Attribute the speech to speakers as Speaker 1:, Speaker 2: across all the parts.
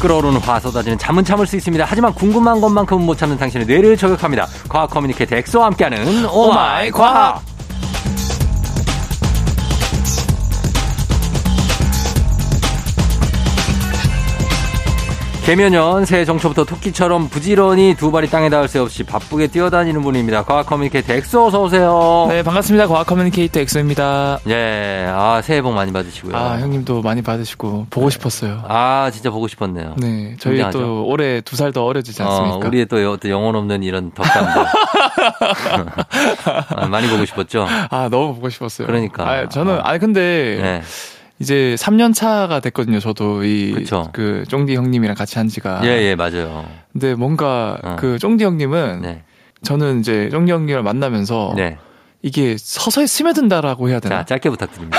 Speaker 1: 끓어오르는 화 쏟아지는 잠은 참을 수 있습니다. 하지만 궁금한 것만큼은 못 참는 당신의 뇌를 저격합니다. 과학 커뮤니케이터 엑소와 함께하는 오마이 과학. 개면연 새해 정초부터 토끼처럼 부지런히 두 발이 땅에 닿을 새 없이 바쁘게 뛰어다니는 분입니다. 과학 커뮤니케이터 엑소 어서 오세요.
Speaker 2: 네, 반갑습니다. 과학 커뮤니케이터 엑소입니다.
Speaker 1: 예, 아 새해 복 많이 받으시고요.
Speaker 2: 네. 아, 형님도 많이 받으시고 보고 싶었어요.
Speaker 1: 네. 아, 진짜 보고 싶었네요.
Speaker 2: 네, 저희
Speaker 1: 굉장하죠.
Speaker 2: 또 올해 두 살 더 어려지지 않습니까?
Speaker 1: 어, 우리의 또 여- 또 영혼 없는 이런 덕담들 아, 많이 보고 싶었죠.
Speaker 2: 아, 너무 보고 싶었어요.
Speaker 1: 그러니까.
Speaker 2: 아, 저는
Speaker 1: 아.
Speaker 2: 아니 근데
Speaker 1: 네,
Speaker 2: 이제 3년 차가 됐거든요. 저도 이
Speaker 1: 그쵸.
Speaker 2: 그 쫑디 형님이랑 같이 한 지가.
Speaker 1: 예, 예, 맞아요.
Speaker 2: 근데 뭔가
Speaker 1: 어.
Speaker 2: 그 쫑디 형님은
Speaker 1: 네,
Speaker 2: 저는 이제 쫑디 형님을 만나면서
Speaker 1: 네.
Speaker 2: 이게 서서히 스며든다라고 해야 되나?
Speaker 1: 자, 짧게 부탁드립니다.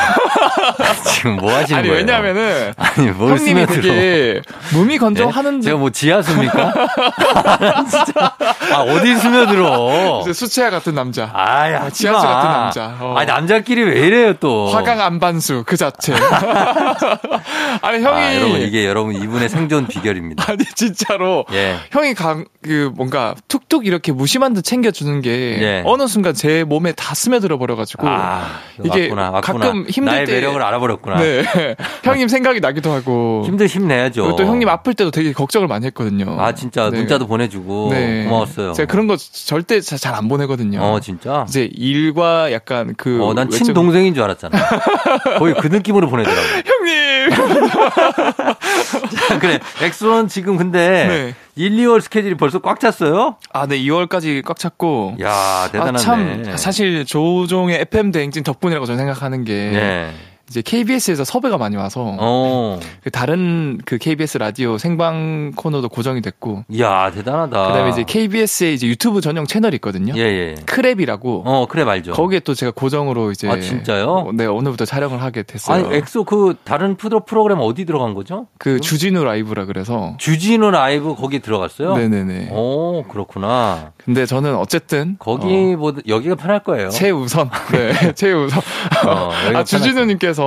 Speaker 1: 지금 뭐 하시는
Speaker 2: 아니
Speaker 1: 거예요?
Speaker 2: 왜냐면은
Speaker 1: 아니, 뭘
Speaker 2: 형님이
Speaker 1: 스며들어.
Speaker 2: 되게 무미
Speaker 1: 예?
Speaker 2: 건조하는
Speaker 1: 제가 뭐 지하수입니까? 진짜. 아, 어디 스며들어?
Speaker 2: 이제 수채화 같은 남자.
Speaker 1: 아이, 하지
Speaker 2: 지하수
Speaker 1: 마.
Speaker 2: 같은 남자. 어.
Speaker 1: 아니, 남자끼리 왜 이래요, 또.
Speaker 2: 화강 안반수 그 자체. 아니 형이
Speaker 1: 아, 여러분, 이게 여러분 이분의 생존 비결입니다.
Speaker 2: 아니 진짜로
Speaker 1: 예.
Speaker 2: 형이 강 그 뭔가 툭툭 이렇게 무심한 듯 챙겨주는 게
Speaker 1: 예.
Speaker 2: 어느 순간 제 몸에 다 스며들어 버려가지고
Speaker 1: 아,
Speaker 2: 그 이게
Speaker 1: 왔구나, 왔구나.
Speaker 2: 가끔 힘들
Speaker 1: 나의
Speaker 2: 때-
Speaker 1: 매력을 알아버렸구나.
Speaker 2: 네 형님 생각이 나기도 하고
Speaker 1: 힘들 힘내야죠.
Speaker 2: 어. 그리고 또 형님 아플 때도 되게 걱정을 많이 했거든요.
Speaker 1: 아 진짜
Speaker 2: 네.
Speaker 1: 문자도 보내주고
Speaker 2: 네.
Speaker 1: 고마웠어요.
Speaker 2: 제가 그런 거 절대 잘 안 보내거든요.
Speaker 1: 어 진짜.
Speaker 2: 이제 일과 약간 그
Speaker 1: 어 난
Speaker 2: 외적-
Speaker 1: 친동생인 줄 알았잖아. 거의 그 느낌으로 보내더라고.
Speaker 2: 형님
Speaker 1: 그래. 엑소는 지금 근데
Speaker 2: 네.
Speaker 1: 1, 2월 스케줄이 벌써 꽉 찼어요?
Speaker 2: 아네 2월까지 꽉 찼고
Speaker 1: 야 대단한데.
Speaker 2: 아, 참 사실 조종의 FM 대행진 덕분이라고 저는 생각하는 게
Speaker 1: 네.
Speaker 2: 이제 KBS에서 섭외가 많이 와서
Speaker 1: 어.
Speaker 2: 그 다른 그 KBS 라디오 생방 코너도 고정이 됐고
Speaker 1: 야 대단하다.
Speaker 2: 그다음에 이제 KBS의 이제 유튜브 전용 채널이 있거든요.
Speaker 1: 아. 예예.
Speaker 2: 크랩이라고
Speaker 1: 어 그래 말죠.
Speaker 2: 거기에 또 제가 고정으로 이제
Speaker 1: 아, 진짜요?
Speaker 2: 어, 네 오늘부터 촬영을 하게 됐어요.
Speaker 1: 아니 엑소 그 다른 프로 프로그램 어디 들어간 거죠?
Speaker 2: 그 주진우 라이브라 그래서
Speaker 1: 주진우 라이브 거기 들어갔어요?
Speaker 2: 네네네.
Speaker 1: 오 그렇구나.
Speaker 2: 근데 저는 어쨌든 어,
Speaker 1: 거기보다 뭐, 여기가 편할 거예요.
Speaker 2: 최우선 네 최우선
Speaker 1: 어, 여기가
Speaker 2: 아 주진우님께서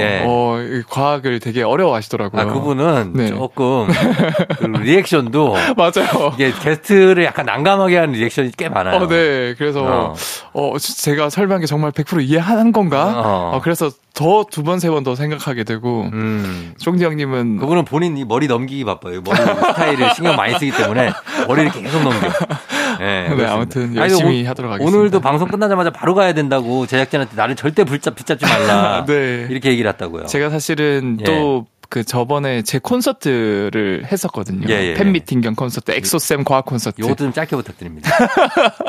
Speaker 1: 예.
Speaker 2: 어, 이 과학을 되게 어려워하시더라고요.
Speaker 1: 아, 그분은
Speaker 2: 네.
Speaker 1: 조금 그 리액션도
Speaker 2: 맞아요.
Speaker 1: 이게 게스트를 약간 난감하게 하는 리액션이 꽤 많아요.
Speaker 2: 어, 네. 그래서,
Speaker 1: 어.
Speaker 2: 어. 제가 설명한 게 정말 100% 이해하는 건가?
Speaker 1: 어.
Speaker 2: 어. 그래서 더 두 번, 세 번 더 생각하게 되고,
Speaker 1: 음.
Speaker 2: 쫑디 형님은,
Speaker 1: 그분은 본인이 머리 넘기기 바빠요. 머리 스타일을 신경 많이 쓰기 때문에 머리를 계속 넘겨. 네,
Speaker 2: 네,
Speaker 1: 그렇습니다.
Speaker 2: 아무튼
Speaker 1: 아니,
Speaker 2: 열심히
Speaker 1: 오-
Speaker 2: 하도록 하겠습니다.
Speaker 1: 오늘도 방송 끝나자마자 바로 가야 된다고 제작진한테 나를 절대 붙잡, 붙잡지 말라.
Speaker 2: 네.
Speaker 1: 아, 이렇게 얘기를 했다고요.
Speaker 2: 제가 사실은
Speaker 1: 예.
Speaker 2: 또, 그 저번에 제 콘서트를 했었거든요.
Speaker 1: 예, 예, 예.
Speaker 2: 팬미팅 겸 콘서트, 엑소쌤 과학 콘서트.
Speaker 1: 요것도 좀 짧게 부탁드립니다.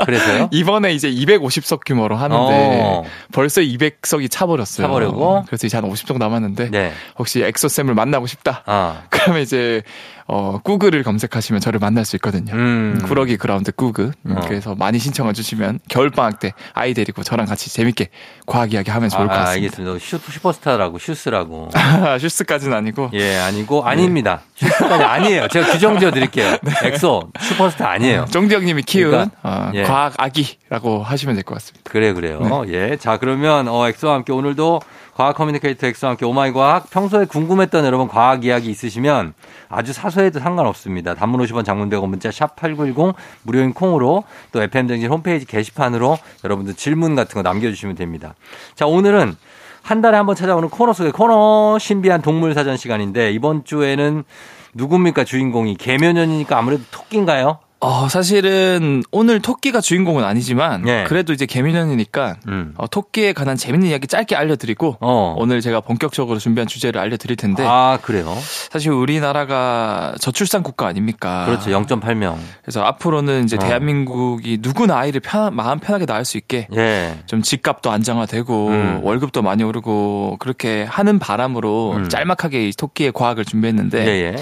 Speaker 1: 그래서요?
Speaker 2: 이번에 이제 250석 규모로 하는데
Speaker 1: 어.
Speaker 2: 벌써 200석이 차버렸어요.
Speaker 1: 차버리고.
Speaker 2: 그래서 이제 한 50석 남았는데
Speaker 1: 네.
Speaker 2: 혹시 엑소쌤을 만나고 싶다.
Speaker 1: 아.
Speaker 2: 그러면 이제 어 구글을 검색하시면 저를 만날 수 있거든요.
Speaker 1: 음.
Speaker 2: 구러기 그라운드 구그. 음,
Speaker 1: 어.
Speaker 2: 그래서 많이 신청해 주시면 겨울방학 때 아이 데리고 저랑 같이 재밌게 과학 이야기 하면 좋을 것
Speaker 1: 아,
Speaker 2: 같습니다. 아,
Speaker 1: 알겠습니다. 슈, 슈퍼스타라고, 슈스라고.
Speaker 2: 슈스까지는 아니고.
Speaker 1: 예, 아니고 아닙니다. 슈퍼스타는 아니에요. 제가 규정 지어 드릴게요.
Speaker 2: 네.
Speaker 1: 엑소 슈퍼스타 아니에요.
Speaker 2: 정디 형님이 키운
Speaker 1: 그러니까,
Speaker 2: 어,
Speaker 1: 예.
Speaker 2: 과학 아기라고 하시면 될 것 같습니다.
Speaker 1: 그래 그래요. 예. 자, 그러면 어 엑소와 함께 오늘도 과학 커뮤니케이터 엑소와 함께 오마이 과학 평소에 궁금했던 여러분 과학 이야기 있으시면 아주 사소해도 상관없습니다. 단문 50원 장문 100원 문자 샵 8910 무료인 콩으로 또 FM 정진 홈페이지 게시판으로 여러분들 질문 같은 거 남겨 주시면 됩니다. 자, 오늘은 한 달에 한 번 찾아오는 코너 속의 코너 신비한 동물 사전 시간인데 이번 주에는 누굽니까 주인공이 개면연이니까 아무래도 토끼인가요?
Speaker 2: 어, 사실은 오늘 토끼가 주인공은 아니지만
Speaker 1: 예.
Speaker 2: 그래도 이제 개미년이니까
Speaker 1: 음.
Speaker 2: 어, 토끼에 관한 재밌는 이야기 짧게 알려드리고
Speaker 1: 어.
Speaker 2: 오늘 제가 본격적으로 준비한 주제를 알려드릴 텐데
Speaker 1: 아 그래요.
Speaker 2: 사실 우리나라가 저출산 국가 아닙니까?
Speaker 1: 그렇죠. 0.8명.
Speaker 2: 그래서 앞으로는 이제
Speaker 1: 어.
Speaker 2: 대한민국이 누구나 아이를 편, 마음 편하게 낳을 수 있게
Speaker 1: 예.
Speaker 2: 좀 집값도 안정화되고
Speaker 1: 음.
Speaker 2: 월급도 많이 오르고 그렇게 하는 바람으로
Speaker 1: 음.
Speaker 2: 짤막하게 이 토끼의 과학을 준비했는데
Speaker 1: 예, 예.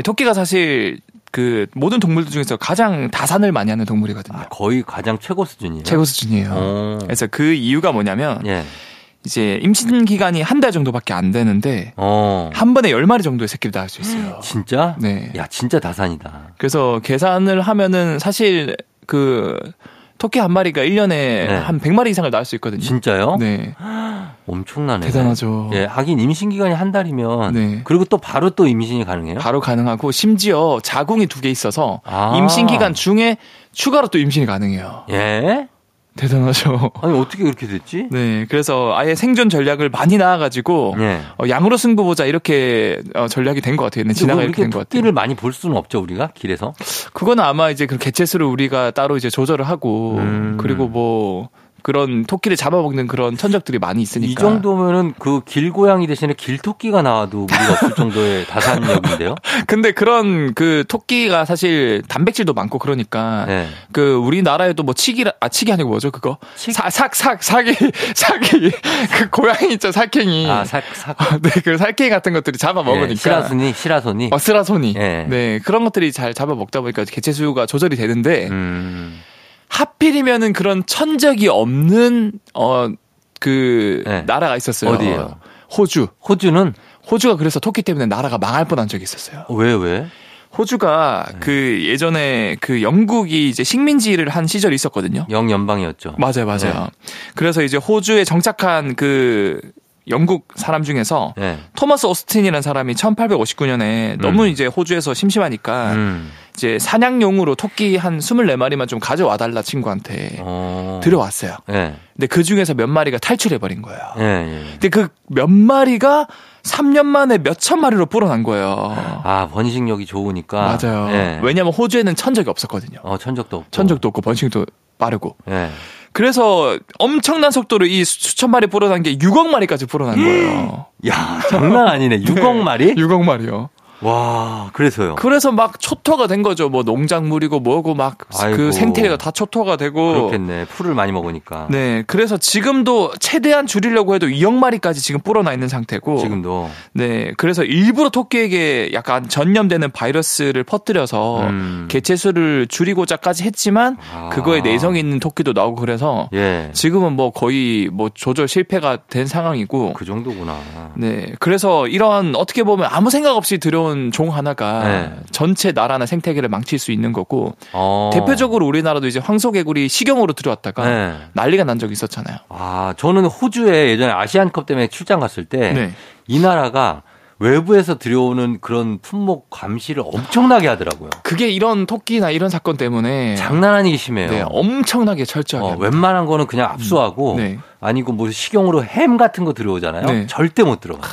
Speaker 2: 이 토끼가 사실 그 모든 동물들 중에서 가장 다산을 많이 하는 동물이거든요.
Speaker 1: 아, 거의 가장 최고 수준이에요.
Speaker 2: 최고 수준이에요.
Speaker 1: 어.
Speaker 2: 그래서 그 이유가 뭐냐면
Speaker 1: 예.
Speaker 2: 이제 임신 기간이 한 달 정도밖에 안 되는데
Speaker 1: 어.
Speaker 2: 한 번에 열 마리 정도의 새끼를 낳을 수 있어요.
Speaker 1: 아, 진짜?
Speaker 2: 네.
Speaker 1: 야, 진짜 다산이다.
Speaker 2: 그래서 계산을 하면은 사실 그 토끼 한 마리가 1년에
Speaker 1: 네.
Speaker 2: 한 100마리 이상을 낳을 수 있거든요.
Speaker 1: 진짜요? 아,
Speaker 2: 네.
Speaker 1: 엄청나네.
Speaker 2: 대단하죠.
Speaker 1: 예, 하긴 임신 기간이 한 달이면
Speaker 2: 네.
Speaker 1: 그리고 또 바로 또 임신이 가능해요?
Speaker 2: 바로 가능하고 심지어 자궁이 두 개 있어서
Speaker 1: 아.
Speaker 2: 임신 기간 중에 추가로 또 임신이 가능해요.
Speaker 1: 예?
Speaker 2: 대단하죠.
Speaker 1: 아니 어떻게 그렇게 됐지?
Speaker 2: 네. 그래서 아예 생존 전략을 많이 나와 가지고
Speaker 1: 예.
Speaker 2: 어, 양으로 승부 보자 이렇게 어, 전략이 된 것 같아요. 네, 진화가
Speaker 1: 근데
Speaker 2: 이렇게
Speaker 1: 그렇게
Speaker 2: 된 것 같아요.
Speaker 1: 토끼를 많이 볼 수는 없죠 우리가 길에서.
Speaker 2: 그거는 아마 이제 그 개체수를 우리가 따로 이제 조절을 하고
Speaker 1: 음.
Speaker 2: 그리고 뭐 그런 토끼를 잡아먹는 그런 천적들이 많이 있으니까
Speaker 1: 이 정도면은 그 길고양이 대신에 길토끼가 나와도 무리가 없을 정도의 다산력인데요.
Speaker 2: 근데 그런 그 토끼가 사실 단백질도 많고 그러니까
Speaker 1: 예.
Speaker 2: 그 우리나라에도 뭐 치기 아 치기 아니고 뭐죠 그거
Speaker 1: 치-
Speaker 2: 사- 삭, 삭, 사기, 사기. 그 고양이 있죠, 살쾡이.
Speaker 1: 아, 사, 사,
Speaker 2: 네, 그 살쾡이 같은 것들이
Speaker 1: 예,
Speaker 2: 음. 잡아먹으니까.
Speaker 1: 시라소니, 시라소니.
Speaker 2: 어스라소니.
Speaker 1: 예.
Speaker 2: 네, 그런 것들이 잘 잡아먹다 보니까 개체수가 조절이 되는데,
Speaker 1: 음.
Speaker 2: 하필이면은 그런 천적이 없는, 어, 그,
Speaker 1: 예.
Speaker 2: 나라가 있었어요.
Speaker 1: 어디예요?
Speaker 2: 호주.
Speaker 1: 호주는
Speaker 2: 호주가 그래서 토끼 때문에 나라가 망할 뻔한 적이 있었어요.
Speaker 1: 왜 왜?
Speaker 2: 호주가 그 예전에 그 영국이 이제 식민지를 한 시절이 있었거든요.
Speaker 1: 영연방이었죠.
Speaker 2: 맞아요, 맞아요. 그래서 이제 호주에 정착한 그 영국 사람 중에서
Speaker 1: 예.
Speaker 2: 토마스 오스틴이라는 사람이 1859년에 너무 이제 호주에서 심심하니까
Speaker 1: 음.
Speaker 2: 이제 사냥용으로 토끼 한 24마리만 좀 가져와 달라 친구한테
Speaker 1: 어.
Speaker 2: 들여왔어요.
Speaker 1: 예.
Speaker 2: 근데 그 중에서 몇 마리가 탈출해 버린 거예요.
Speaker 1: 예, 예.
Speaker 2: 근데 그 몇 마리가 3년 만에 몇천 마리로 불어난 거예요.
Speaker 1: 아, 번식력이 좋으니까.
Speaker 2: 맞아요.
Speaker 1: 예.
Speaker 2: 왜냐면 호주에는 천적이 없었거든요.
Speaker 1: 어, 천적도 없고.
Speaker 2: 천적도 없고 번식도 빠르고.
Speaker 1: 예.
Speaker 2: 그래서 엄청난 속도로 이 수- 수천 마리 불어난 게 6억 마리까지 불어난 거예요.
Speaker 1: 야, 장난 아니네. 6억 마리?
Speaker 2: 6억 마리요.
Speaker 1: 와, 그래서요.
Speaker 2: 그래서 막 초토가 된 거죠. 뭐 농작물이고 뭐고 막
Speaker 1: 아이고.
Speaker 2: 그 생태계가 다 초토가 되고.
Speaker 1: 그렇겠네. 풀을 많이 먹으니까.
Speaker 2: 네, 그래서 지금도 최대한 줄이려고 해도 2억 마리까지 지금 불어나 있는 상태고.
Speaker 1: 지금도.
Speaker 2: 네, 그래서 일부러 토끼에게 약간 전염되는 바이러스를 퍼뜨려서
Speaker 1: 음.
Speaker 2: 어, 개체수를 줄이고자까지 했지만
Speaker 1: 아.
Speaker 2: 그거에 내성이 있는 토끼도 나오고 그래서
Speaker 1: 예.
Speaker 2: 지금은 뭐 거의 뭐 조절 실패가 된 상황이고
Speaker 1: 그 정도구나.
Speaker 2: 네. 그래서 이런 어떻게 보면 아무 생각 없이 들여온 종 하나가
Speaker 1: 네.
Speaker 2: 전체 나라나 생태계를 망칠 수 있는 거고
Speaker 1: 어.
Speaker 2: 대표적으로 우리나라도 이제 황소개구리 식용으로 들어왔다가
Speaker 1: 네.
Speaker 2: 난리가 난 적이 있었잖아요.
Speaker 1: 아, 저는 호주에 예전에 아시안컵 때문에 출장 갔을 때 이
Speaker 2: 네.
Speaker 1: 나라가 외부에서 들여오는 그런 품목 감시를 엄청나게 하더라고요.
Speaker 2: 그게 이런 토끼나 이런 사건 때문에
Speaker 1: 장난 아니기 심해요.
Speaker 2: 네, 엄청나게
Speaker 1: 어,
Speaker 2: 철저하게
Speaker 1: 웬만한 거는 그냥 압수하고
Speaker 2: 네.
Speaker 1: 아니고 뭐 식용으로 햄 같은 거 들어오잖아요.
Speaker 2: 네.
Speaker 1: 절대 못 들어가.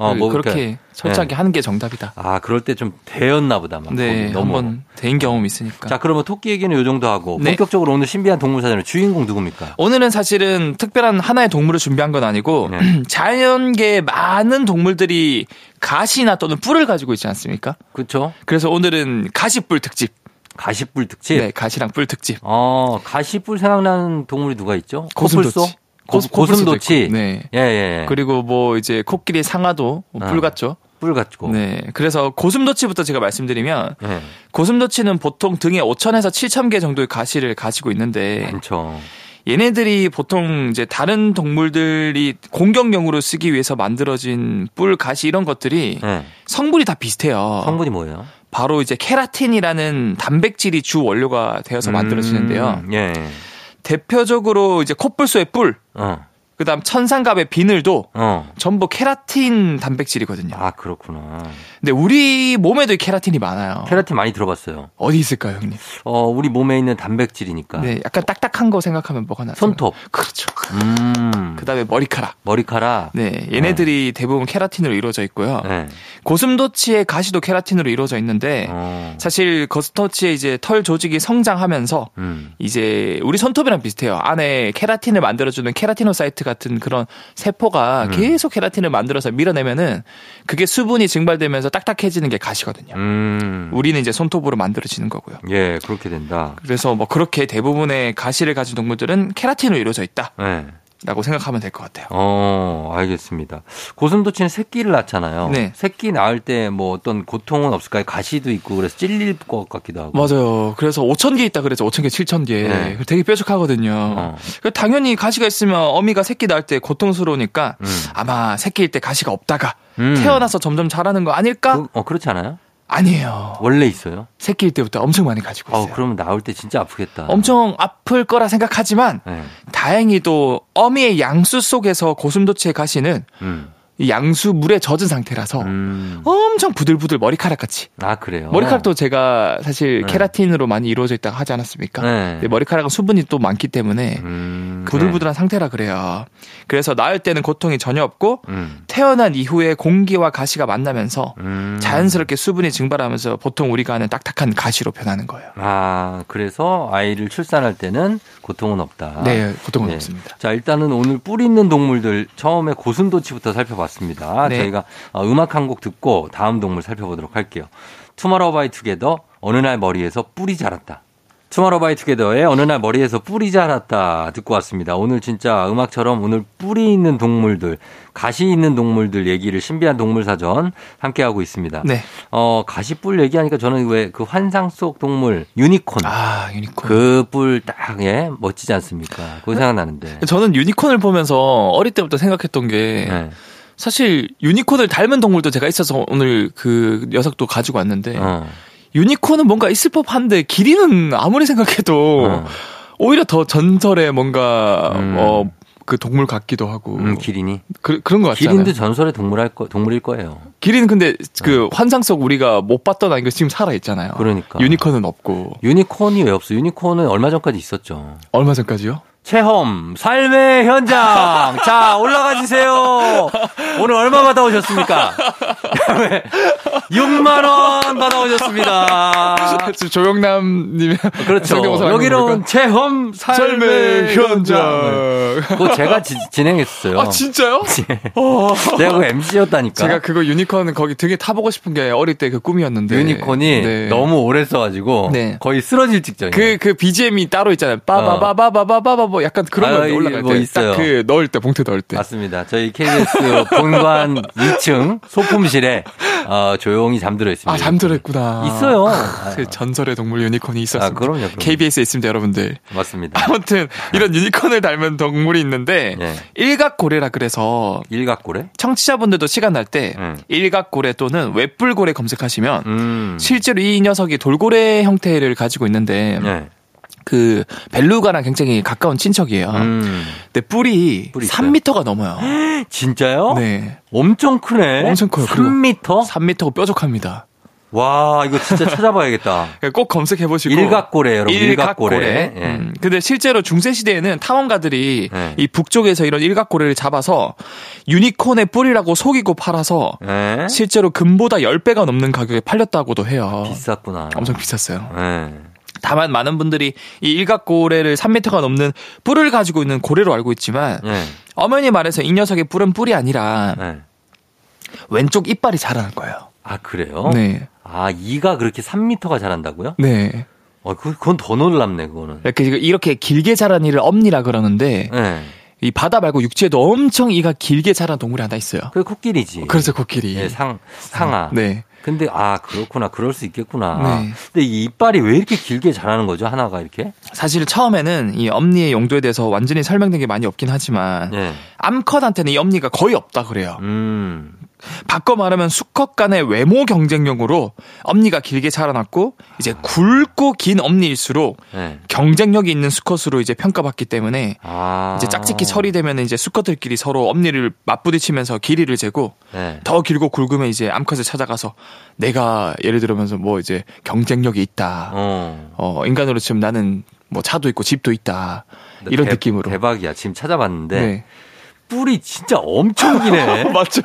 Speaker 1: 어, 뭐
Speaker 2: 그렇게
Speaker 1: 그러니까,
Speaker 2: 철저하게 하는 게 정답이다.
Speaker 1: 아, 그럴 때 좀 되었나 보다. 막
Speaker 2: 네,
Speaker 1: 아, 거기 너무.
Speaker 2: 한번 대인 경험이 있으니까.
Speaker 1: 자, 그러면 토끼 얘기는 요 정도 하고
Speaker 2: 네.
Speaker 1: 본격적으로 오늘 신비한 동물 사전의 주인공 누굽니까?
Speaker 2: 오늘은 사실은 특별한 하나의 동물을 준비한 건 아니고
Speaker 1: 네.
Speaker 2: 자연계의 많은 동물들이 가시나 또는 뿔을 가지고 있지 않습니까?
Speaker 1: 그렇죠?
Speaker 2: 그래서 오늘은 가시뿔 특집.
Speaker 1: 가시뿔 특집.
Speaker 2: 네, 가시랑 뿔 특집.
Speaker 1: 어, 가시뿔 생각나는 동물이 누가 있죠?
Speaker 2: 고슴도치.
Speaker 1: 코뿔소? 고,
Speaker 2: 고슴- 코뿔소도
Speaker 1: 고슴도치.
Speaker 2: 있고. 네.
Speaker 1: 예, 예. 예.
Speaker 2: 그리고 뭐 이제 코끼리 상아도 뭐
Speaker 1: 아.
Speaker 2: 뿔 같죠.
Speaker 1: 뿔 같고.
Speaker 2: 네. 그래서 고슴도치부터 제가 말씀드리면
Speaker 1: 예.
Speaker 2: 고슴도치는 보통 등에 5천에서 7천 개 정도의 가시를 가지고
Speaker 1: 아,
Speaker 2: 있는데
Speaker 1: 많죠.
Speaker 2: 얘네들이 보통 이제 다른 동물들이 공격용으로 쓰기 위해서 만들어진 뿔 가시 이런 것들이
Speaker 1: 예.
Speaker 2: 성분이 다 비슷해요.
Speaker 1: 성분이 뭐예요?
Speaker 2: 바로 이제 케라틴이라는 단백질이 주 원료가 되어서 만들어지는데요.
Speaker 1: 음, 예.
Speaker 2: 대표적으로 이제 코뿔소의 뿔,
Speaker 1: 어.
Speaker 2: 그다음 천상갑의 비늘도
Speaker 1: 어.
Speaker 2: 전부 케라틴 단백질이거든요.
Speaker 1: 아, 그렇구나.
Speaker 2: 근데 우리 몸에도 이 케라틴이 많아요.
Speaker 1: 케라틴 많이 들어봤어요.
Speaker 2: 어디 있을까요, 형님?
Speaker 1: 어, 우리 몸에 있는 단백질이니까.
Speaker 2: 네, 약간 딱딱한 거 생각하면 뭐가 나죠?
Speaker 1: 아. 손톱.
Speaker 2: 그렇죠.
Speaker 1: 음.
Speaker 2: 그다음에 머리카락.
Speaker 1: 머리카락.
Speaker 2: 네, 얘네들이 대부분 케라틴으로 이루어져 있고요.
Speaker 1: 예.
Speaker 2: 고슴도치의 가시도 케라틴으로 이루어져 있는데
Speaker 1: 어.
Speaker 2: 사실 고슴도치의 이제 털 조직이 성장하면서
Speaker 1: 음.
Speaker 2: 이제 우리 손톱이랑 비슷해요. 안에 케라틴을 만들어주는 케라티노사이트 같은 그런 세포가 계속 케라틴을 만들어서 밀어내면은 그게 수분이 증발되면서 딱딱해지는 게 가시거든요.
Speaker 1: 음.
Speaker 2: 우리는 이제 손톱으로 만들어지는 거고요.
Speaker 1: 예, 그렇게 된다.
Speaker 2: 그래서 뭐 그렇게 대부분의 가시를 가진 동물들은 케라틴으로 이루어져
Speaker 1: 예.
Speaker 2: 있다라고 생각하면 될 것 같아요.
Speaker 1: 어, 알겠습니다. 고슴도치는 새끼를 낳잖아요.
Speaker 2: 네.
Speaker 1: 새끼 낳을 때 뭐 어떤 고통은 없을까요? 가시도 있고 그래서 찔릴 것 같기도 하고.
Speaker 2: 맞아요. 그래서 5천 개 있다 그래서 5천 개, 7천 개.
Speaker 1: 네.
Speaker 2: 되게 뾰족하거든요.
Speaker 1: 어.
Speaker 2: 그 당연히 가시가 있으면 어미가 새끼 낳을 때 고통스러우니까
Speaker 1: 음.
Speaker 2: 아마 새끼일 때 가시가 없다가
Speaker 1: 음.
Speaker 2: 태어나서 점점 자라는 거 아닐까?
Speaker 1: 그, 어, 그렇지 않아요?
Speaker 2: 아니에요.
Speaker 1: 원래 있어요?
Speaker 2: 새끼일 때부터 엄청 많이 가지고
Speaker 1: 어,
Speaker 2: 있어요.
Speaker 1: 그러면 나올 때 진짜 아프겠다.
Speaker 2: 엄청 아플 거라 생각하지만
Speaker 1: 네.
Speaker 2: 다행히도 어미의 양수 속에서 고슴도치의 가시는
Speaker 1: 음.
Speaker 2: 이 양수 물에 젖은 상태라서
Speaker 1: 음.
Speaker 2: 엄청 부들부들 머리카락 같이
Speaker 1: 아, 그래요?
Speaker 2: 어. 머리카락도 제가 사실
Speaker 1: 네.
Speaker 2: 케라틴으로 많이 이루어져 있다고 하지 않았습니까?
Speaker 1: 네.
Speaker 2: 근데 머리카락은 수분이 또 많기 때문에
Speaker 1: 음.
Speaker 2: 부들부들한 상태라 그래요. 그래서 낳을 때는 고통이 전혀 없고
Speaker 1: 네. 음.
Speaker 2: 태어난 이후에 공기와 가시가 만나면서
Speaker 1: 음.
Speaker 2: 자연스럽게 수분이 증발하면서 보통 우리가 아는 딱딱한 가시로 변하는 거예요.
Speaker 1: 아, 그래서 아이를 출산할 때는 고통은 없다.
Speaker 2: 네, 보통은
Speaker 1: 네.
Speaker 2: 없습니다.
Speaker 1: 자, 일단은 오늘 뿌리 있는 동물들 처음에 고슴도치부터 살펴봤습니다.
Speaker 2: 네.
Speaker 1: 저희가 어, 음악 한 곡 듣고 다음 동물 살펴보도록 할게요. 투모로우바이투게더 어느 날 머리에서 뿔이 자랐다. 투모로우바이투게더의 어느 날 머리에서 뿔이 자랐다 듣고 왔습니다. 오늘 진짜 음악처럼 오늘 뿔이 있는 동물들, 가시 있는 동물들 얘기를 신비한 동물 사전 함께 하고 있습니다.
Speaker 2: 네.
Speaker 1: 어, 가시뿔 얘기하니까 저는 왜 그 환상 속 동물 유니콘
Speaker 2: 아, 유니콘.
Speaker 1: 그 뿔 딱, 예, 멋지지 않습니까?
Speaker 2: 네.
Speaker 1: 그거 생각나는데.
Speaker 2: 저는 유니콘을 보면서 어릴 때부터 생각했던 게
Speaker 1: 예.
Speaker 2: 사실 유니콘을 닮은 동물도 제가 있어서 오늘 그 녀석도 가지고 왔는데
Speaker 1: 어.
Speaker 2: 유니콘은 뭔가 있을 법한데 길이는 아무리 생각해도
Speaker 1: 어.
Speaker 2: 오히려 더 전설의 뭔가
Speaker 1: 음.
Speaker 2: 어 그 동물 같기도 하고
Speaker 1: 음, 기린이.
Speaker 2: 그, 런것 같잖아요.
Speaker 1: 기린도 전설의 동물할 거, 동물일 거예요.
Speaker 2: 기린 근데 그 환상 속 우리가 못 봤던 아이가 지금 살아 있잖아요.
Speaker 1: 네. 그러니까.
Speaker 2: 유니콘은 없고
Speaker 1: 유니콘이 왜 없어? 유니콘은 얼마 전까지 있었죠.
Speaker 2: 얼마 전까지요?
Speaker 1: 체험, 삶의 현장. 자, 올라가 주세요. 오늘 얼마 받아오셨습니까? 6만원 받아오셨습니다.
Speaker 2: 지금 조영남님의
Speaker 1: 그렇죠.
Speaker 2: 성대모사 하는
Speaker 1: 여기는
Speaker 2: 겁니까?
Speaker 1: 체험, 삶의,
Speaker 2: 삶의
Speaker 1: 현장.
Speaker 2: 현장.
Speaker 1: 그거 제가 지- 진행했어요.
Speaker 2: 아 진짜요? 어.
Speaker 1: 제가 네. 그 MC였다니까.
Speaker 2: 제가 그거 유니콘 거기 등에 타보고 싶은 게 어릴 때 그 꿈이었는데
Speaker 1: 유니콘이
Speaker 2: 네.
Speaker 1: 너무 오래 써가지고
Speaker 2: 네.
Speaker 1: 거의 쓰러질 직전이에요.
Speaker 2: 그, 그 BGM이 따로 있잖아요. 빠바바바바바바바 뭐 약간 그런
Speaker 1: 어. 아,
Speaker 2: 거 올라갈
Speaker 1: 뭐
Speaker 2: 때.
Speaker 1: 있어요. 아,
Speaker 2: 딱 그 넣을 때, 봉투 넣을 때.
Speaker 1: 맞습니다. 저희 KBS 본관 2층 소품실에 어, 조용히 잠들어 있습니다.
Speaker 2: 아, 잠들었구나.
Speaker 1: 있어요.
Speaker 2: 아, 그 전설의 동물 유니콘이 있었어요.
Speaker 1: 아, 그럼요, 그럼요.
Speaker 2: KBS에 있습니다, 여러분들.
Speaker 1: 맞습니다.
Speaker 2: 아무튼 이런 유니콘을 닮은 동물이 있는데
Speaker 1: 네.
Speaker 2: 일각고래라 그래서
Speaker 1: 일각고래?
Speaker 2: 청취자분들도 시간 날 때
Speaker 1: 음.
Speaker 2: 일각고래 또는 웹불고래 검색하시면
Speaker 1: 음.
Speaker 2: 실제로 이 녀석이 돌고래 형태를 가지고 있는데
Speaker 1: 네.
Speaker 2: 그 벨루가랑 굉장히 가까운 친척이에요.
Speaker 1: 음.
Speaker 2: 근데 뿔이
Speaker 1: 뿔이 있어요? 어?
Speaker 2: 3m가 넘어요.
Speaker 1: 진짜요?
Speaker 2: 네.
Speaker 1: 엄청 크네.
Speaker 2: 엄청 커요. 그리고
Speaker 1: 3m?
Speaker 2: 3m고 뾰족합니다.
Speaker 1: 와, 이거 진짜 찾아봐야겠다.
Speaker 2: 그러니까 꼭 검색해 보시고
Speaker 1: 일각고래 여러분. 일각고래.
Speaker 2: 일각고래.
Speaker 1: 예.
Speaker 2: 음, 근데 실제로 중세 시대에는 탐험가들이
Speaker 1: 네.
Speaker 2: 이 북쪽에서 이런 일각고래를 잡아서 유니콘의 뿔이라고 속이고 팔아서
Speaker 1: 예.
Speaker 2: 실제로 금보다 10배가 넘는 가격에 팔렸다고도 해요.
Speaker 1: 비쌌구나.
Speaker 2: 엄청 비쌌어요.
Speaker 1: 예.
Speaker 2: 다만 많은 분들이 이 일각고래를 3m가 넘는 뿔을 가지고 있는 고래로 알고 있지만
Speaker 1: 예.
Speaker 2: 어머니 말해서 이 녀석의 뿔은 뿔이 아니라
Speaker 1: 예.
Speaker 2: 왼쪽 이빨이 자라는 거예요.
Speaker 1: 아, 그래요?
Speaker 2: 네.
Speaker 1: 아, 이가 그렇게 3m가 자란다고요?
Speaker 2: 네.
Speaker 1: 어, 그- 그건 더 놀랍네, 그거는.
Speaker 2: 이렇게, 이렇게 길게 자란 이를 엄니라 그러는데
Speaker 1: 예.
Speaker 2: 이 바다 말고 육지에도 엄청 이가 길게 자란 동물이 하나 있어요.
Speaker 1: 그게 코끼리지.
Speaker 2: 그래서 코끼리.
Speaker 1: 예, 상, 상아.
Speaker 2: 네.
Speaker 1: 근데, 아, 그렇구나. 그럴 수 있겠구나.
Speaker 2: 네.
Speaker 1: 근데 이 이빨이 왜 이렇게 길게 자라는 거죠? 하나가 이렇게?
Speaker 2: 사실 처음에는 이 엄니의 용도에 대해서 완전히 설명된 게 많이 없긴 하지만
Speaker 1: 예.
Speaker 2: 암컷한테는 이 엄니가 거의 없다 그래요.
Speaker 1: 음.
Speaker 2: 바꿔 말하면 수컷 간의 외모 경쟁력으로 엄니가 길게 자라났고 이제 굵고 긴 엄니일수록
Speaker 1: 예.
Speaker 2: 경쟁력이 있는 수컷으로 이제 평가받기 때문에
Speaker 1: 아.
Speaker 2: 이제 짝짓기 철이 되면 이제 수컷들끼리 서로 엄니를 맞부딪히면서 길이를 재고
Speaker 1: 예.
Speaker 2: 더 길고 굵으면 이제 암컷을 찾아가서 내가 예를 들면서 뭐 이제 경쟁력이 있다.
Speaker 1: 어.
Speaker 2: 어, 인간으로 치면 나는 뭐 차도 있고 집도 있다.
Speaker 1: 근데
Speaker 2: 이런
Speaker 1: 네, 대-
Speaker 2: 느낌으로.
Speaker 1: 대박이야. 지금 찾아봤는데.
Speaker 2: 네.
Speaker 1: 뿔이 진짜 엄청 기네.
Speaker 2: 맞죠.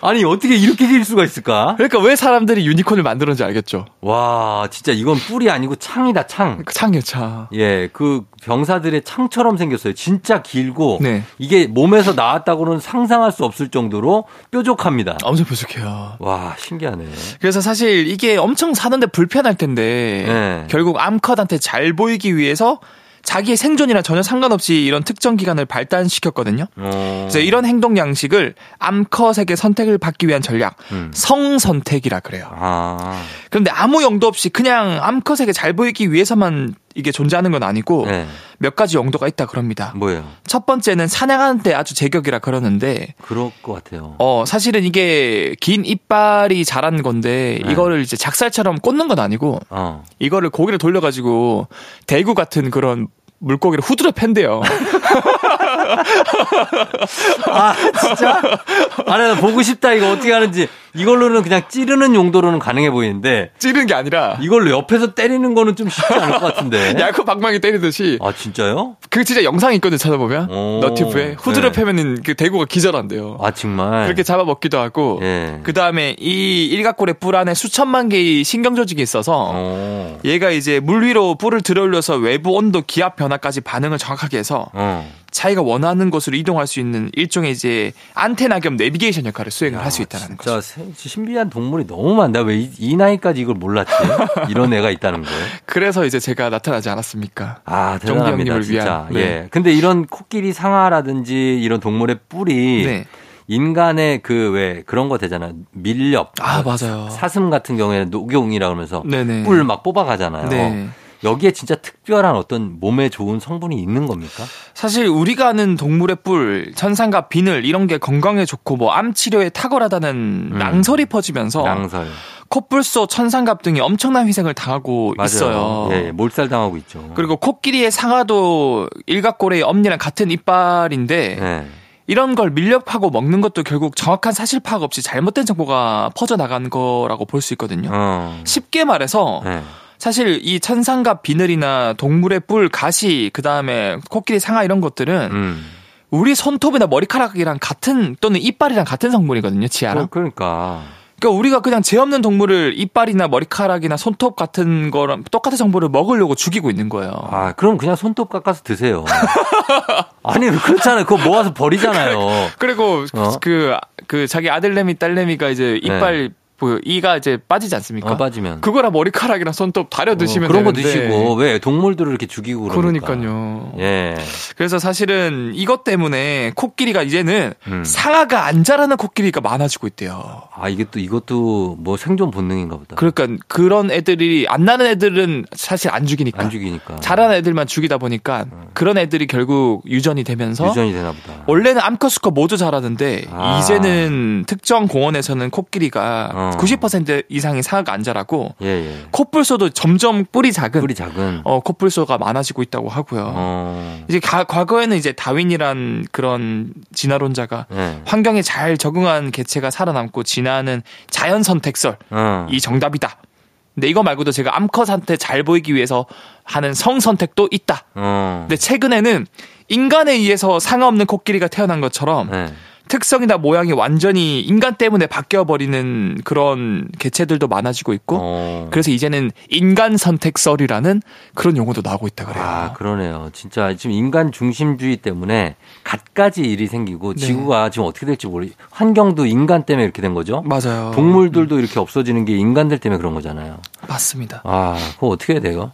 Speaker 1: 아니, 어떻게 이렇게 길 수가 있을까?
Speaker 2: 그러니까 왜 사람들이 유니콘을 만드는지 알겠죠. 그
Speaker 1: 와, 진짜 이건 뿔이 아니고 창이다, 창.
Speaker 2: 창이요, 창.
Speaker 1: 예, 그 병사들의 창처럼 생겼어요. 진짜 길고
Speaker 2: 네.
Speaker 1: 이게 몸에서 나왔다고는 상상할 수 없을 정도로 뾰족합니다.
Speaker 2: 엄청 부족해요.
Speaker 1: 와, 신기하네.
Speaker 2: 그래서 사실 이게 엄청 사는데 불편할 텐데
Speaker 1: 네.
Speaker 2: 결국 암컷한테 잘 보이기 위해서 자기의 생존이랑 전혀 상관없이 이런 특정 기간을 발달시켰거든요.
Speaker 1: 어.
Speaker 2: 그래서 이런 행동 양식을 암컷에게 선택을 받기 위한 전략,
Speaker 1: 음.
Speaker 2: 성선택이라 그래요.
Speaker 1: 아.
Speaker 2: 그런데 아무 용도 없이 그냥 암컷에게 잘 보이기 위해서만 이게 존재하는 건 아니고
Speaker 1: 네.
Speaker 2: 몇 가지 용도가 있다 그럽니다.
Speaker 1: 뭐예요?
Speaker 2: 첫 번째는 사냥하는 데 아주 제격이라 그러는데
Speaker 1: 그럴 것 같아요.
Speaker 2: 어 사실은 이게 긴 이빨이 자란 건데
Speaker 1: 네.
Speaker 2: 이거를 이제 작살처럼 꽂는 건 아니고
Speaker 1: 어.
Speaker 2: 이거를 고기를 돌려가지고 대구 같은 그런 물고기를 후드려 팬대요.
Speaker 1: 아, 진짜? 아니, 나 보고 싶다. 이거 어떻게 하는지. 이걸로는 그냥 찌르는 용도로는 가능해 보이는데,
Speaker 2: 찌르는 게 아니라
Speaker 1: 이걸로 옆에서 때리는 거는 좀 쉽지 않을 것 같은데.
Speaker 2: 야구 방망이 때리듯이
Speaker 1: 아, 진짜요?
Speaker 2: 그 진짜 영상이 있거든요 찾아보면
Speaker 1: 오.
Speaker 2: 너튜브에
Speaker 1: 네.
Speaker 2: 후드려 패면은 그 대구가 기절한대요.
Speaker 1: 아, 정말.
Speaker 2: 그렇게 잡아먹기도 하고
Speaker 1: 예.
Speaker 2: 그 다음에 이 일각골의 뿔 안에 수천만 개의 신경 조직이 있어서
Speaker 1: 어.
Speaker 2: 얘가 이제 물 위로 뿔을 들어올려서 외부 온도, 기압 변화까지 반응을 정확하게 해서
Speaker 1: 어.
Speaker 2: 자기가 원하는 곳으로 이동할 수 있는 일종의 이제 안테나 겸 내비게이션 역할을 수행을 할 수 있다는
Speaker 1: 진짜
Speaker 2: 거죠.
Speaker 1: 세- 신비한 동물이 너무 많다. 왜 이 나이까지 이걸 몰랐지? 이런 애가 있다는 거예요.
Speaker 2: 그래서 이제 제가 나타나지 않았습니까?
Speaker 1: 아,
Speaker 2: 정기
Speaker 1: 대단합니다,
Speaker 2: 형님을 위한,
Speaker 1: 진짜.
Speaker 2: 네.
Speaker 1: 예. 근데 이런 코끼리 상아라든지 이런 동물의 뿔이
Speaker 2: 네.
Speaker 1: 인간의 그 왜 그런 거 되잖아요. 밀렵.
Speaker 2: 아 맞아요.
Speaker 1: 사슴 같은 경우에는 녹용이라 그러면서
Speaker 2: 네네.
Speaker 1: 뿔 막 뽑아가잖아요.
Speaker 2: 네.
Speaker 1: 여기에 진짜 특별한 어떤 몸에 좋은 성분이 있는 겁니까?
Speaker 2: 사실 우리가 아는 동물의 뿔, 천상과 비늘 이런 게 건강에 좋고 뭐 암 치료에 탁월하다는
Speaker 1: 음.
Speaker 2: 낭설이 퍼지면서
Speaker 1: 낭설.
Speaker 2: 코뿔소, 천상갑 등이 엄청난 희생을 당하고
Speaker 1: 맞아요.
Speaker 2: 있어요.
Speaker 1: 예, 예. 몰살 당하고 있죠.
Speaker 2: 그리고 코끼리의 상아도 일각고래의 엄니랑 같은 이빨인데
Speaker 1: 예.
Speaker 2: 이런 걸 밀렵하고 먹는 것도 결국 정확한 사실 파악 없이 잘못된 정보가 퍼져나간 거라고 볼 수 있거든요.
Speaker 1: 어.
Speaker 2: 쉽게 말해서
Speaker 1: 예.
Speaker 2: 사실 이 천상갑 비늘이나 동물의 뿔, 가시, 그 다음에 코끼리 상아 이런 것들은
Speaker 1: 음.
Speaker 2: 우리 손톱이나 머리카락이랑 같은 또는 이빨이랑 같은 성분이거든요, 지아랑.
Speaker 1: 어, 그러니까.
Speaker 2: 그러니까 우리가 그냥 죄 없는 동물을 이빨이나 머리카락이나 손톱 같은 거랑 똑같은 정보를 먹으려고 죽이고 있는 거예요.
Speaker 1: 아, 그럼 그냥 손톱 깎아서 드세요. 아니, 그렇잖아요. 그거 모아서 버리잖아요.
Speaker 2: 그러니까. 그리고
Speaker 1: 어? 네.
Speaker 2: 그, 그 자기 아들내미, 딸내미가 이제 이빨, 그 이가 이제 빠지지 않습니까?
Speaker 1: 어, 빠지면.
Speaker 2: 그거랑 머리카락이랑 손톱 다려 드시면
Speaker 1: 어, 그런 거
Speaker 2: 되는데.
Speaker 1: 드시고 왜 동물들을 이렇게 죽이고 그러니까.
Speaker 2: 그러니까요.
Speaker 1: 예.
Speaker 2: 그래서 사실은 이것 때문에 코끼리가 이제는
Speaker 1: 음.
Speaker 2: 상아가 안 자라는 코끼리가 많아지고 있대요.
Speaker 1: 아 이게 또 이것도 뭐 생존 본능인가 보다.
Speaker 2: 그러니까 그런 애들이 안 나는 애들은 사실 안 죽이니까
Speaker 1: 안 죽이니까.
Speaker 2: 잘하는 애들만 죽이다 보니까 그런 애들이 결국 유전이 되면서
Speaker 1: 음. 유전이 되나 보다.
Speaker 2: 원래는 암컷 수컷 모두 자라는데
Speaker 1: 아.
Speaker 2: 이제는 특정 공원에서는 코끼리가
Speaker 1: 어.
Speaker 2: 90% 이상이 상아가 안 자라고
Speaker 1: 예 예.
Speaker 2: 코뿔소도 점점 뿔이 작은
Speaker 1: 뿌리 작은.
Speaker 2: 어, 코뿔소가 많아지고 있다고 하고요.
Speaker 1: 어.
Speaker 2: 이제 가- 과거에는 이제 다윈이란 그런 진화론자가
Speaker 1: 예.
Speaker 2: 환경에 잘 적응한 개체가 살아남고 진화는 자연 선택설
Speaker 1: 어.
Speaker 2: 이 정답이다. 근데 이거 말고도 제가 암컷한테 잘 보이기 위해서 하는 성 선택도 있다.
Speaker 1: 어.
Speaker 2: 근데 최근에는 인간에 의해서 상하 없는 코끼리가 태어난 것처럼
Speaker 1: 예.
Speaker 2: 특성이나 모양이 완전히 인간 때문에 바뀌어 버리는 그런 개체들도 많아지고 있고
Speaker 1: 어.
Speaker 2: 그래서 이제는 인간 선택설이라는 그런 용어도 나오고 있다 그래요.
Speaker 1: 아 그러네요. 진짜 지금 인간 중심주의 때문에 갖가지 일이 생기고
Speaker 2: 네.
Speaker 1: 지구가 지금 어떻게 될지 모르. 환경도 인간 때문에 이렇게 된 거죠.
Speaker 2: 맞아요.
Speaker 1: 동물들도 이렇게 없어지는 게 인간들 때문에 그런 거잖아요.
Speaker 2: 맞습니다.
Speaker 1: 아, 그거 어떻게 해야 돼요?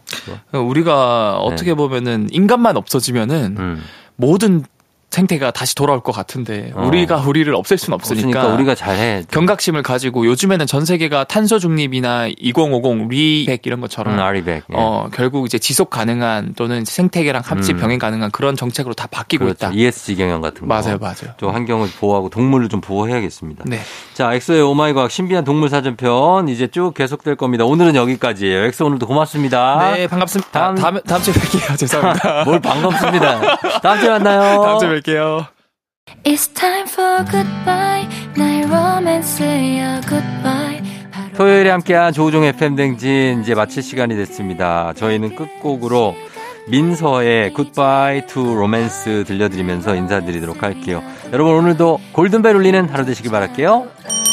Speaker 1: 그거?
Speaker 2: 우리가
Speaker 1: 네.
Speaker 2: 어떻게 보면은 인간만 없어지면은
Speaker 1: 음.
Speaker 2: 모든 생태가 다시 돌아올 것 같은데
Speaker 1: 어.
Speaker 2: 우리가 우리를 없앨 수는 없으니까,
Speaker 1: 없으니까 우리가 잘해. 음,
Speaker 2: 경각심을 가지고 요즘에는 전 세계가 탄소 중립이나 2050 리백 이런 것처럼
Speaker 1: 음, 아리백. 예.
Speaker 2: 어 결국 이제 지속 가능한 또는 생태계랑 합치
Speaker 1: 음.
Speaker 2: 병행 가능한 그런 정책으로 다 바뀌고
Speaker 1: 그렇죠.
Speaker 2: 있다.
Speaker 1: ESG 경영 같은 거.
Speaker 2: 맞아요, 맞아요.
Speaker 1: 좀 환경을 보호하고 동물을 좀 보호해야겠습니다.
Speaker 2: 네.
Speaker 1: 자, 엑소의 오마이 과학 신비한 동물 사전편 이제 쭉 계속될 겁니다. 오늘은 여기까지예요. 엑소 오늘도 고맙습니다.
Speaker 2: 네, 반갑습니다.
Speaker 1: 아, 다음-
Speaker 2: 다음 다음, 다음 주에 뵐게요. 죄송합니다.
Speaker 1: 뭘 반갑습니다. 다음 주에 만나요.
Speaker 2: 다음 주에 뵐게요.
Speaker 3: It's time for goodbye. 날 로맨스야 goodbye. 바로
Speaker 1: 네, 토요일에 함께한 조우종 FM 댕진 이제 마칠 시간이 됐습니다. 저희는 끝곡으로 민서의 굿바이 투 로맨스 들려드리면서 인사드리도록 할게요. 여러분 오늘도 골든벨 울리는 하루 되시길 바랄게요.